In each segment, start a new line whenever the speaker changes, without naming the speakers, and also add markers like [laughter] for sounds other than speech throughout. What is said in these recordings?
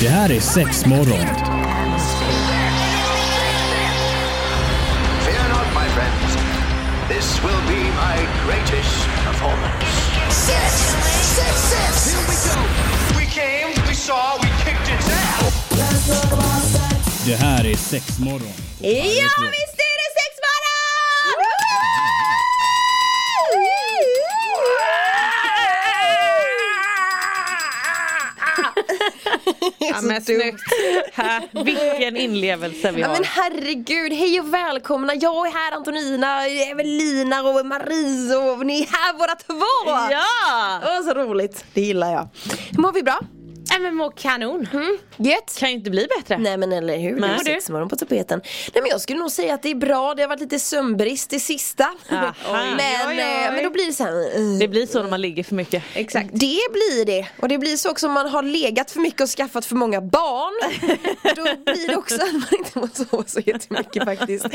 Det här är sex morgon.
Fear not, my friends. This will be my greatest performance.
Six, six, six. Here we go.
We came, we saw, we kicked its ass.
Det här är sex morgon.
Ja, visst är det sexmorgon!
Ja, men [laughs] snyggt. Ha, vilken inlevelse vi
Ja
har.
men herregud, hej och välkomna! Jag är här Antonina, Evelina och Marie och ni är här båda två!
Ja!
Åh, så roligt, det gillar jag. Mår vi bra?
Nej, men må kanon.
Gött?
Mm. Kan ju inte bli bättre.
Nej men eller hur, det
Nej,
är
du.
sexmorgon på tapeten. Nej men jag skulle nog säga att det är bra, det har varit lite sömnbrist i sista.
Aha.
men,
Ah, Oj, oj,
eh,
oj.
men då blir det så här, eh,
Det blir Mm. så när man ligger för mycket.
Exakt. Det blir det. Och det blir så också om man har legat för mycket och skaffat för många barn. Då blir det också att man inte mår sova så jättemycket faktiskt.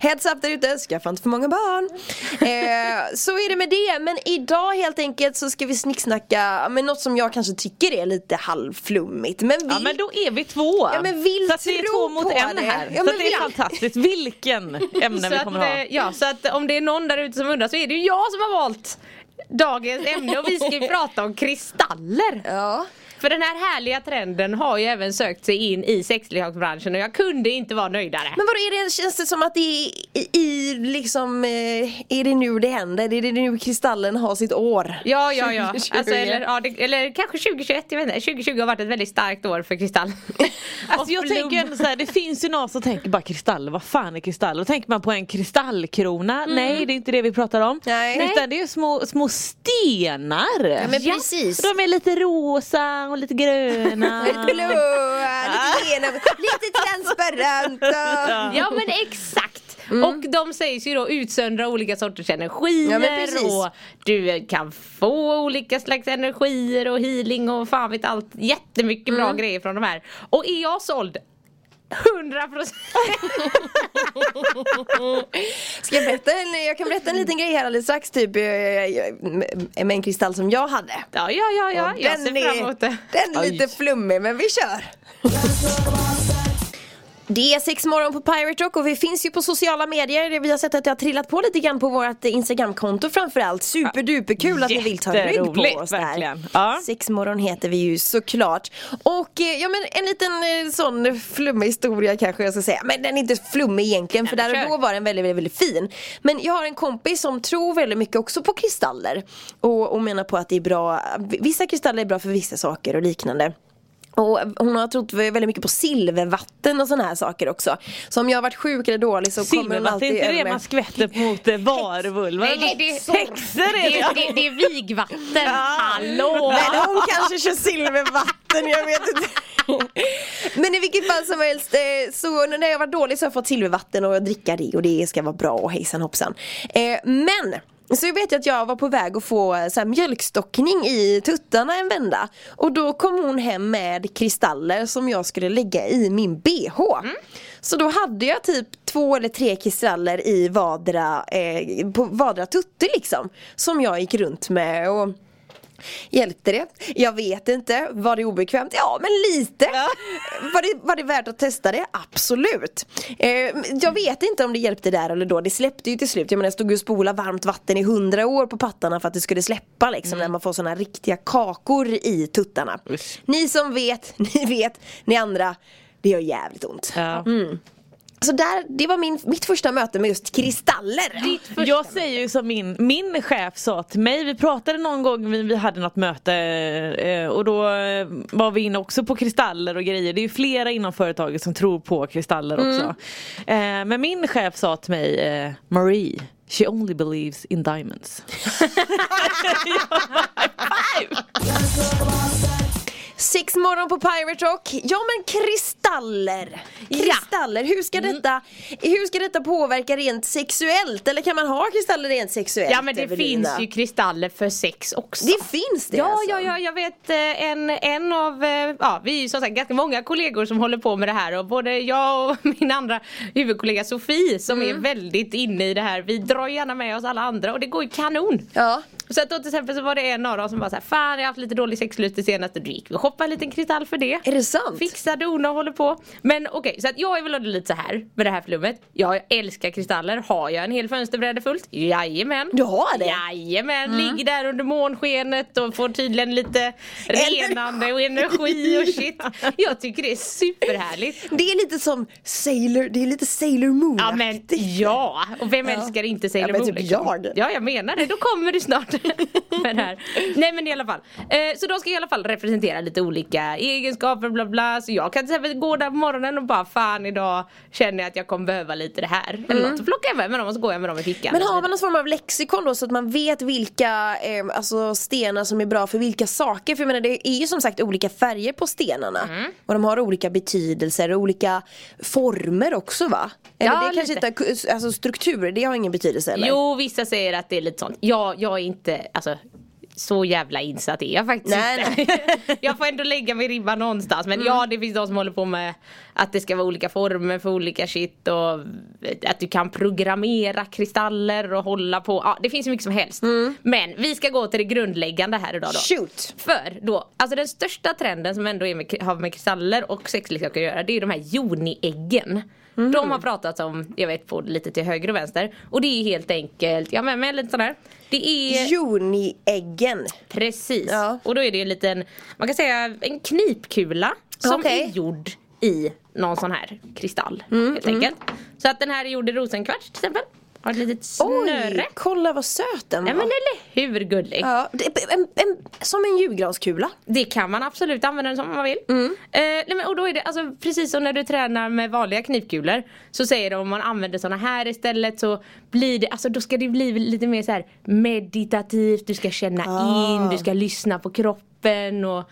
Heads up där ute, skaffa inte för många barn. Eh, så är det med det. Men idag helt enkelt så ska vi snicksnacka med något som jag kanske tycker är lite halvflummigt. Men vi...
Ja men då är vi två.
Ja, men vill
så att vi är
tro
två mot
på
en
det.
här.
Ja,
så
men
att det är
vill-
fantastiskt. Vilken ämne
Så
vi kommer
att,
ha.
eh, Ja, så att om det är någon där ute som undrar så är det ju jag som har valt dagens ämne och
[laughs]
vi ska ju prata om kristaller.
Ja.
För den här härliga trenden har ju även sökt sig in i sexleksaksbranschen och jag kunde inte vara nöjdare.
Men vadå, är det, känns det som att det är i, i liksom, eh, är det nu det händer? Är det nu kristallen har sitt år?
Ja,
[laughs]
ja, ja.
2020.
Alltså, eller, ja det, eller kanske 2021, jag vet inte. 2020 har varit ett väldigt starkt år för kristall.
[laughs] Alltså jag tänker ju ändå så här, det finns ju någon som tänker bara kristall, vad fan är kristall? Och tänker man på en kristallkrona, nej det är inte det vi pratar om.
Mm. Nej.
Utan det är ju små, små stenar.
men precis.
De är lite rosa och lite gröna.
[laughs] Lite blå, lite genom, lite transparent.
Ja men exakt! Och de sägs ju då utsöndra olika sorters
Mm. Ja,
energier
men precis.
och du kan få olika slags energier och healing och fan vet allt jättemycket bra
Mm.
grejer från de här. Och är jag såld? 100%
Ska jag, berätta en, jag kan berätta en liten grej här alldeles strax typ, eh, eh, med en kristall som jag hade.
Ja ja ja, ja.
Och
jag ser fram emot det.
den är lite flummig men vi kör. Det är sex morgon på Pirate Rock och vi finns ju på sociala medier. Vi har sett att det har trillat på lite grann på vårt Instagramkonto framförallt. Superduperkul att ni vill ta rygg
Jätteroligt,
på oss där.
verkligen. Ja.
Sex morgon heter vi ju såklart. Och eh, ja men en liten eh, sån flummig historia kanske jag ska säga. Men den är inte flummig egentligen för där och då var den väldigt, väldigt, väldigt fin. Men jag har en kompis som tror väldigt mycket också på kristaller. Och, och menar på att det är bra, vissa kristaller är bra för vissa saker och liknande. Och hon har trott väldigt mycket på silvervatten och sådana här saker också. Så om jag har varit sjuk eller dålig så kommer hon
Silvervatten,
alltid
är inte
över
det
mig.
man skvätter
[laughs]
mot eh, varulvar?
Nej, det- det-
Häxor är
Det,
det!
det, det är
[laughs]
vigvatten, hallå!
Men hon kanske kör silvervatten, jag vet inte. Men i vilket fall som helst, eh, så när jag var dålig så har jag fått silvervatten och jag dricker det och det ska vara bra och hejsan hoppsan. Eh, Men så jag vet jag att jag var på väg att få eh, så här mjölkstockning i tuttarna en vända Och då kom hon hem med kristaller som jag skulle lägga i min bh Så då hade jag typ två eller tre kristaller i vardera, eh, på vardera tutte liksom Som jag gick runt med och Hjälpte det? Jag vet inte. Var det obekvämt? Ja, men lite. Var, det, var det värt att testa det? Absolut. Eh, jag vet inte om det hjälpte där eller då. Det släppte ju till slut. Jag menar, jag stod ju och spola varmt vatten i hundra år på pattarna för att det skulle släppa liksom. När man får sådana riktiga kakor i tuttarna. Ni som vet, [laughs] ni vet. Ni andra, det gör jävligt ont.
Ja. Mm.
Så där, det var min, mitt första möte med just kristaller.
Jag säger ju som min, min chef sa till mig, vi pratade någon gång, vi, vi hade något möte eh, och då eh, var vi inne också på kristaller och grejer. Det är ju flera inom företaget som tror på kristaller också.
Mm.
Eh, men min chef sa till mig, eh, Marie, she only believes in diamonds.
Sex morgon på Pirate Rock. Ja men kristaller kristaller. Kristaller, hur, ska
Mm.
detta, hur ska detta påverka rent sexuellt? Eller kan man ha kristaller rent sexuellt?
Ja men det
Evelina?
finns ju kristaller för sex också.
Det finns det
Ja,
alltså.
ja, ja, jag vet eh, en, en av, eh, ja vi är ju som sagt ganska många kollegor som håller på med det här och både jag och [laughs] min andra huvudkollega Sofie som
Mm.
är väldigt inne i det här, vi drar gärna med oss alla andra och det går ju kanon.
Ja.
Så att då till exempel så var det en av dem som bara såhär, fan jag har haft lite dålig sexlust det senaste, då gick vi och shoppade en liten kristall för det.
Är det sant?
Fixa, dona och håller på. Men okej, så att jag är väl ändå lite så här med det här flummet. Jag älskar kristaller, har jag en hel fönsterbräda fullt? Jajamän.
Du har det? Mm.
Jajamän, ligger där under månskenet och får tydligen lite renande och energi
[laughs]
och shit. Jag tycker det är superhärligt.
Det är lite som Sailor, det är lite Sailor Moon
Ja men ja, och vem
Ja.
älskar inte
Ja,
Sailor
men
Moon?
typ
liksom?
jag.
Ja jag menar det, då kommer du snart [laughs] med det här. Nej men i alla fall. Eh, så de ska i alla fall representera lite olika egenskaper bla bla. Så jag kan till exempel gå där på morgonen och bara fan idag känner jag att jag kommer behöva lite det här. Eller något. Så plockar jag med mig dem och så går jag med dem i fickan.
Mm. Men
och så
har man
vidare.
någon form av lexikon då så att man vet vilka eh, alltså stenar som är bra för vilka saker? För jag menar det är ju som sagt olika färger på stenarna.
Mm.
Och de har olika betydelser och olika former också va? Eller
Ja,
det kanske
lite.
inte, alltså strukturer det har ingen betydelse eller?
Jo vissa säger att det är lite sånt. Jag, jag är inte, alltså så jävla insatt är jag faktiskt
Nej,
inte. [laughs] jag får ändå lägga mig ribban någonstans. Men ja, det finns de som håller på med att det ska vara olika former för olika shit och att du kan programmera kristaller och hålla på. Ja, det finns hur mycket som helst. Men vi ska gå till det grundläggande här idag då.
Shoot!
För då, alltså den största trenden som ändå är med, har med kristaller och sexleksaker att göra det är de här joniäggen.
Mm.
De har pratat om, jag vet på lite till höger och vänster. Och det är helt enkelt, ja men med lite sån här. Det är
Joniäggen.
Precis.
Ja.
Och då är det ju en liten, man kan säga en knipkula som
Okej. Mm,
är gjord i någon sån här kristall helt enkelt. Så att den här är gjord i rosenkvarts till exempel. Har ett litet snöre.
Oj, kolla vad söt den var.
Ja men eller hur gullig.
ja, det, en, en, som en julgranskula.
Det kan man absolut använda den som man vill. Eh, nej men, och då är det alltså, precis som när du tränar med vanliga knivkulor så säger de om man använder såna här istället så blir det, alltså då ska det bli lite mer så här meditativt, du ska känna
Ah.
in, du ska lyssna på kroppen och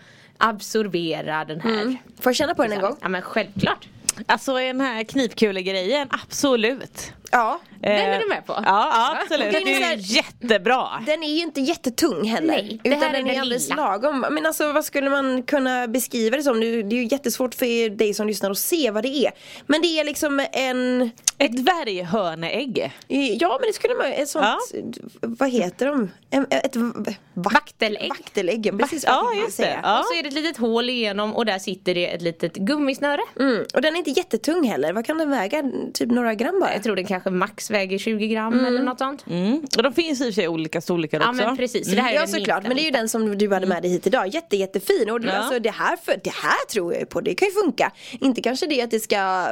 absorbera den här.
Får jag känna på den en gång?
Ja men självklart.
Alltså den här knipkulegrejen, absolut.
Ja.
Eh,
är du med på?
Ja, absolut.
Den är
Det
så
är
här-
ju jättebra.
Den är ju inte jättetung heller.
Nej, det
utan
här är
den
den
är alldeles
lilla.
lagom. Men alltså vad skulle man kunna beskriva det som? Nu- Det är ju jättesvårt för dig som lyssnar att se vad det är. Men det är liksom en,
Ett dvärghörneägg.
ja men det skulle man, ett sånt,
Ja.
vad heter de? En, ett v-
Vaktelägg.
vaktelägg. ja, Precis
Vakt-
vad jag
ja,
tänkte
just det.
säga.
Ja.
Och så är det ett litet hål igenom och där sitter det ett litet gummisnöre.
Mm. Och den är inte jättetung heller. Vad kan den väga? Typ några gram bara?
Jag tror den kanske max väger 20 gram eller något Mm. sånt.
Mm. Och de finns i och för sig i olika storlekar
Ja
också.
men precis, så det här är
Ja
den
såklart,
minsta,
men det är ju den som du hade med dig hit idag. Jätte, jättefin. Och
Ja.
alltså, det, här för, det här tror jag ju på, det kan ju funka. Inte kanske det att det ska,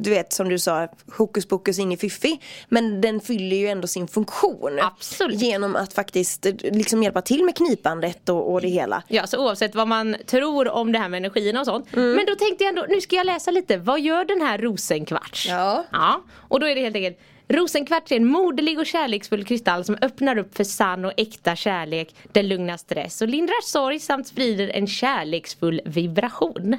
du vet som du sa, hokus pokus in i fiffi. Men den fyller ju ändå sin funktion.
Absolut.
Genom att faktiskt eh, liksom hjälpa till med knipandet och, och det hela.
Ja, så oavsett vad man tror om det här med energin och sånt. Men då tänkte jag ändå, nu ska jag läsa lite. Vad gör den här rosenkvarts?
Ja.
ja. Och då är det helt enkelt Rosenkvarts är en moderlig och kärleksfull kristall som öppnar upp för sann och äkta kärlek. Den lugnar stress och lindrar sorg samt sprider en kärleksfull vibration.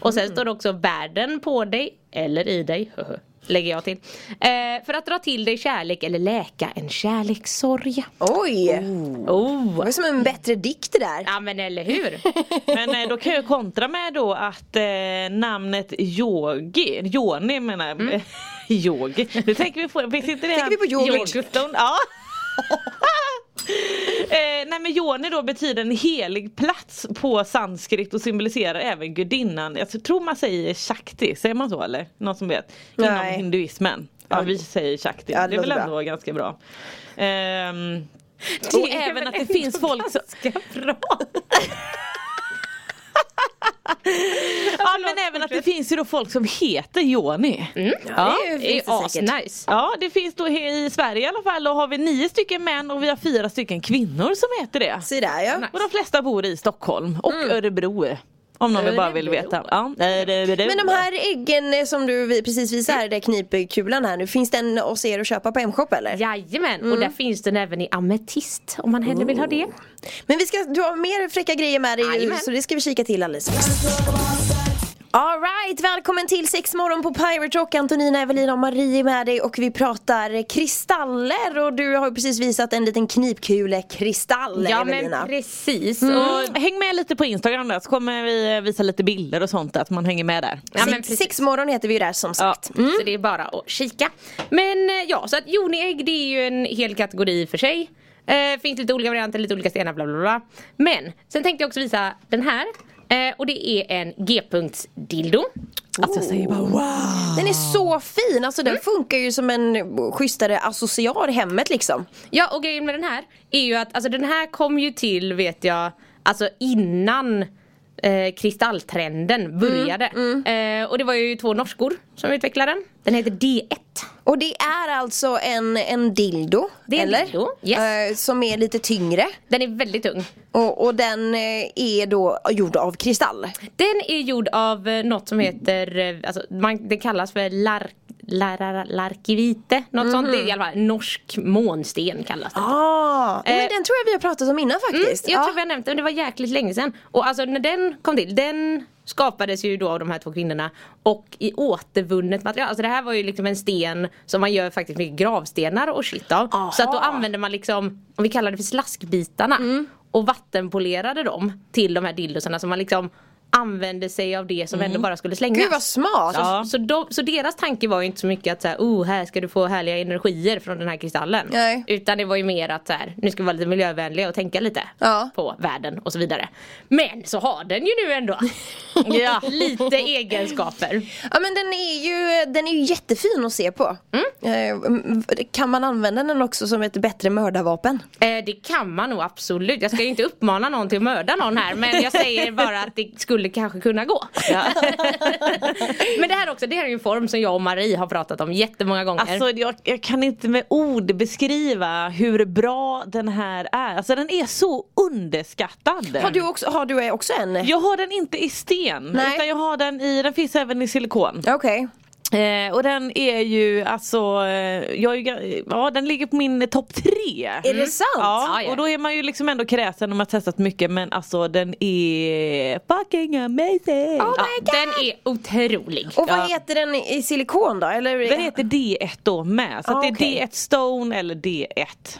Och sen står det också bär den på dig eller i dig. [laughs] höhö, Lägger jag till. Eh, för att dra till dig kärlek eller läka en kärlekssorg.
Oj!
Oh.
Det var som en bättre dikt det där.
Ja men eller [laughs] hur?
Men eh, då kan jag kontra med då att eh, namnet Yogi, Joni menar jag. [laughs] Yogi. Nu tänker vi på, visst inte det
Mm. Tänker vi på yoghurt?
yoghurten? Ja. [laughs] eh, nej men Joni då betyder en helig plats på sanskrit och symboliserar även gudinnan. Jag tror man säger Shakti, säger man så eller? Någon som vet? Inom
Nej.
hinduismen. Ja vi säger Shakti,
Ja, det
det är väl
låter
ändå
bra.
ganska bra. Ehm,
[laughs]
Det
och
är väl
även att det
ändå
finns folk som... [laughs] Ja men även att det finns ju då folk som heter Joni.
Mm.
Ja,
Det är asnice.
Ja det finns då he- i Sverige i alla fall och har vi nio stycken män och vi har fyra stycken kvinnor som heter det.
Se där ja.
Och de flesta bor i Stockholm och Örebro. Om någon bara vill
Mm. Örebro.
veta. Ja, Örebro.
Men de här äggen eh, som du vi- precis visade
Mm.
här, där knipkulan här nu, finns den hos er att köpa på M-shop eller?
Jajamän, och
Mm.
där finns den även i ametist om man hellre vill ha det.
Men vi ska, du har mer fräcka grejer med dig
Jajamän.
så det ska vi kika till alldeles strax. Alright, välkommen till Sexmorgon på Pirate Rock. Antonina, Evelina och Marie är med dig och vi pratar kristaller och du har ju precis visat en liten knipkulekristall
Ja
Evelina.
men precis. Och,
Och häng med lite på Instagram där så kommer vi visa lite bilder och sånt att man hänger med där.
ja, men
Sex,
precis.
sexmorgon heter vi ju där som
Ja, Mm.
sagt.
Så det är bara att kika. Men eh, ja, så att joniägg det är ju en hel kategori för sig. Eh, finns lite olika varianter, lite olika stenar, bla bla bla. Men sen tänkte jag också visa den här. Eh, och det är en G-punkts-dildo.
Alltså jag säger bara wow.
Den är så fin, alltså
Mm.
den funkar ju som en schysstare associar i hemmet liksom.
Ja och grejen med den här är ju att alltså, den här kom ju till vet jag Alltså innan eh, kristalltrenden började. Eh, och det var ju två norskor som utvecklade den. Den heter D1.
Och det är alltså en, en dildo,
Det är en
eller?
dildo, yes.
Eh, som är lite tyngre
Den är väldigt tung.
och, och den eh, är då gjord av kristall.
Den är gjord av eh, något som heter, eh, alltså, man, det kallas för lark, larar, larkivite. Något sånt, det är i alla fall norsk månsten kallas det.
Ah, ja, men
Eh,
den tror jag vi har pratat om innan faktiskt.
Mm, Jag
Ja.
tror vi har nämnt det, men det var jäkligt länge sedan. Och alltså när den kom till, den skapades ju då av de här två kvinnorna och i återvunnet material. Alltså det här var ju liksom en sten som man gör faktiskt mycket gravstenar och shit av.
Aha.
Så att då använder man liksom, om vi kallar det för slaskbitarna
Mm.
och vattenpolerade dem till de här dildosarna som man liksom använde sig av det som ändå bara skulle slängas.
Mm. Gud vad smart!
Så, så, de, så deras tanke var ju inte så mycket att så här, oh, här ska du få härliga energier från den här kristallen.
Nej.
Utan det var ju mer att så här, nu ska vi vara lite miljövänliga och tänka lite
Ja.
på världen och så vidare. Men så har den ju nu ändå
[laughs] Ja.
lite egenskaper.
Ja men den är ju, den är ju jättefin att se på. Eh, kan man använda den också som ett bättre mördarvapen?
Eh, det kan man nog absolut. Jag ska ju inte uppmana någon till att mörda någon här men jag säger bara att det skulle kanske kunna gå. [laughs] men det här också, det här är ju en form som jag och Marie har pratat om jättemånga gånger.
Alltså jag, jag kan inte med ord beskriva hur bra den här är. Alltså den är så underskattad.
Har du också, har du också en?
Jag har den inte i sten
Nej.
utan jag har den i, den finns även i silikon.
Okej.
Eh, och den är ju alltså, eh, jag är ju, ga- ja den ligger på min topp tre.
Är det Ah, sant?
Ja,
Ja, ja.
och då är man ju liksom ändå kräsen om man har testat mycket men alltså den är fucking amazing!
Oh
Ja.
my God.
den är otrolig.
Och vad
Ja.
heter den i silikon då? Eller?
Den heter D1 då med, så
Ah,
att det är
okej.
D1 Stone eller D1.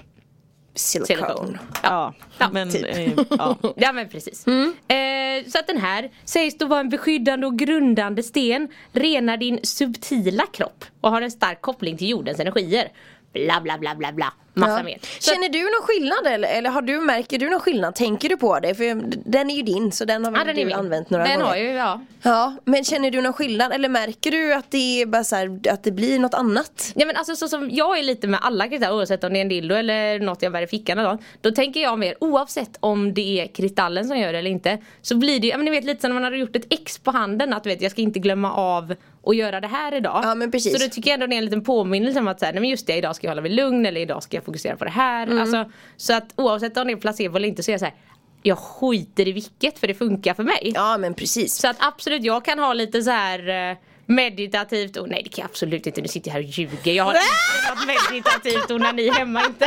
silikon.
Ja,
Ja,
men
typ.
eh, ja.
[laughs] Ja men precis.
Mm.
Eh, så att den här sägs då vara en beskyddande och grundande sten, renar din subtila kropp och har en stark koppling till jordens energier. Bla bla bla bla bla. Massa
Ja.
mer. Så att,
Känner du någon skillnad eller, eller har du, märker du någon skillnad? Tänker du på det? För den är ju din så den har
ja,
väl
den är
du
min.
använt några
den
gånger?
har ju, ja.
Ja, men känner du någon skillnad eller märker du att det är bara så här, att det blir något annat?
Ja men alltså så som jag är lite med alla kristaller oavsett om det är en dildo eller något jag bär i fickan eller något, Då tänker jag mer oavsett om det är kristallen som gör det eller inte Så blir det ju, ja, men ni vet lite som när man har gjort ett X på handen att du vet jag ska inte glömma av att göra det här idag
Ja, men precis.
Så då tycker jag ändå det är en liten påminnelse om att så här, nej men just det idag ska jag hålla mig lugn eller idag ska jag fokusera på det här
Mm.
alltså, Så att oavsett om det är placebo eller inte så är jag så här Jag skiter i vilket för det funkar för mig
Ja men precis.
så att absolut, jag kan ha lite så här eh, meditativt, och nej det kan jag absolut inte, nu sitter jag här och ljuger. Jag har inte något meditativt onani hemma inte.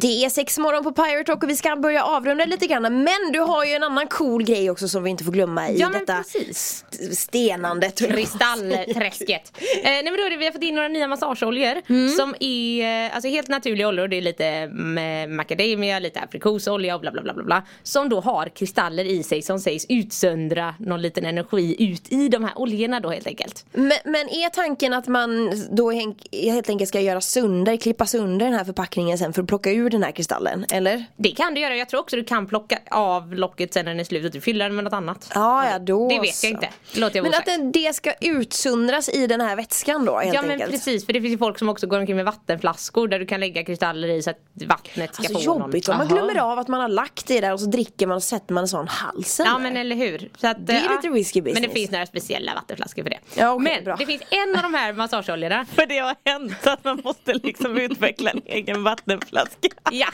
Det är sex morgon på Pirate Rock och vi ska börja avrunda lite grann men du har ju en annan cool grej också som vi inte får glömma i
Ja men
detta
precis.
stenandet.
Kristallträsket. Eh, nej men då är det, vi har fått in några nya massageoljor som är eh, alltså, helt naturliga oljor. Det är lite mm, macadamia, lite aprikosolja och bla bla bla bla bla. Som då har kristaller i sig som sägs utsöndra någon liten energi ut i de här oljorna då helt enkelt.
Men, men är tanken att man då hen- helt enkelt ska göra sönder, klippa sönder den här förpackningen sen för att plocka ur den här kristallen? Eller?
Det kan du göra. Jag tror också du kan plocka av locket sen när den är slut och du fyller den med något annat.
Ja, ja då
Det vet
så.
jag inte. Det låter jag
Men
vara
att
osagt.
den, det ska utsöndras i den här vätskan då helt
Ja men
enkelt?
precis för det finns ju folk som också går omkring med vattenflaskor där du kan lägga kristaller i så att vattnet ska
Alltså
få
jobbigt om
någon.
man
Aha.
glömmer av att man har lagt det där och så dricker man och sätter man en sån halsen
Ja
där.
men eller hur. Så att,
Det är
eh,
lite risky business.
Men det finns några speciella vattenflaskor för det.
Ja, okej,
men
bra.
det finns en av de här massageoljorna.
[laughs]
För det har hänt att man måste liksom utveckla en egen vattenflaska.
[laughs]
Ja.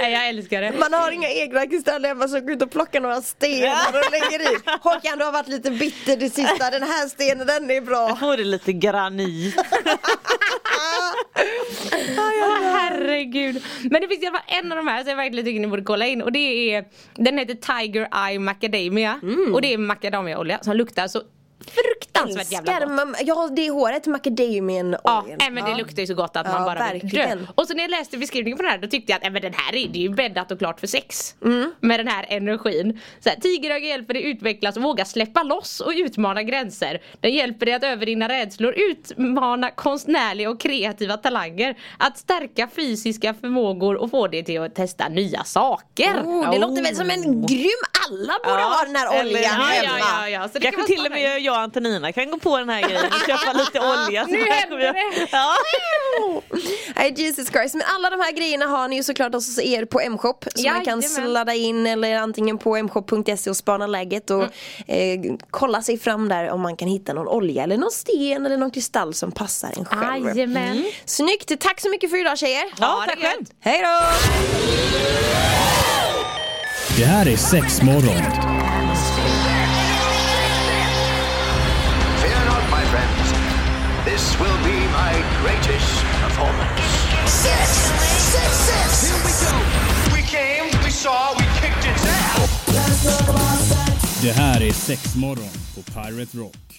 Nej, jag älskar det.
Man har inga egna kristaller hemma så går ut och plockar några stenar och lägger i. Håkan du har varit lite bitter det sista, den här stenen den är bra.
Alltså,
Får det lite granit.
Åh, herregud. Men det finns i alla fall en av de här som jag verkligen tycker ni borde kolla in och det är Den heter Tiger Eye Macadamia
Mm.
och det är macadamiaolja som luktar så fruktansvärt jävla
Älskar
gott.
man, ja det är håret, macadamian
Ja,
oil.
nej, men det luktar ju så gott att man
Ja,
bara
verkligen.
vill dö. Och så när jag läste beskrivningen på den här då tyckte jag att nej, men den här är, det är ju bäddat och klart för sex.
Mm.
Med den här energin. Så här, Tigeröga hjälper dig utvecklas och våga släppa loss och utmana gränser. Den hjälper dig att övervinna rädslor, utmana konstnärliga och kreativa talanger. Att stärka fysiska förmågor och få dig till att testa nya saker.
Oh, det låter väl som en grym, alla borde ha den här
eller-
oljan
ja,
hemma.
ja, ja, ja. Så det kan
Kanske
vara
till och
spännande.
med jag och Antonina kan gå på den här grejen och köpa lite olja.
Nu
här
händer
kommer jag-
det.
Ja.
[laughs] Nej Jesus Christ, men alla de här grejerna har ni ju såklart hos er på M-shop Så man kan
Jajamän.
sladda in eller antingen på mshop.se E och spana läget och
Mm.
eh, kolla sig fram där om man kan hitta någon olja eller någon sten eller någon kristall som passar en själv
Jajamän.
Snyggt, tack så mycket för idag tjejer!
Ja,
det
tack
gött.
själv.
Hej då!
Det här är sex morgon.
Fear not, my friends. This will be my greatest performance.
Six, six, six. Here we go.
We came, we saw, we kicked its ass.
Det här är sex morgon på Pirate Rock.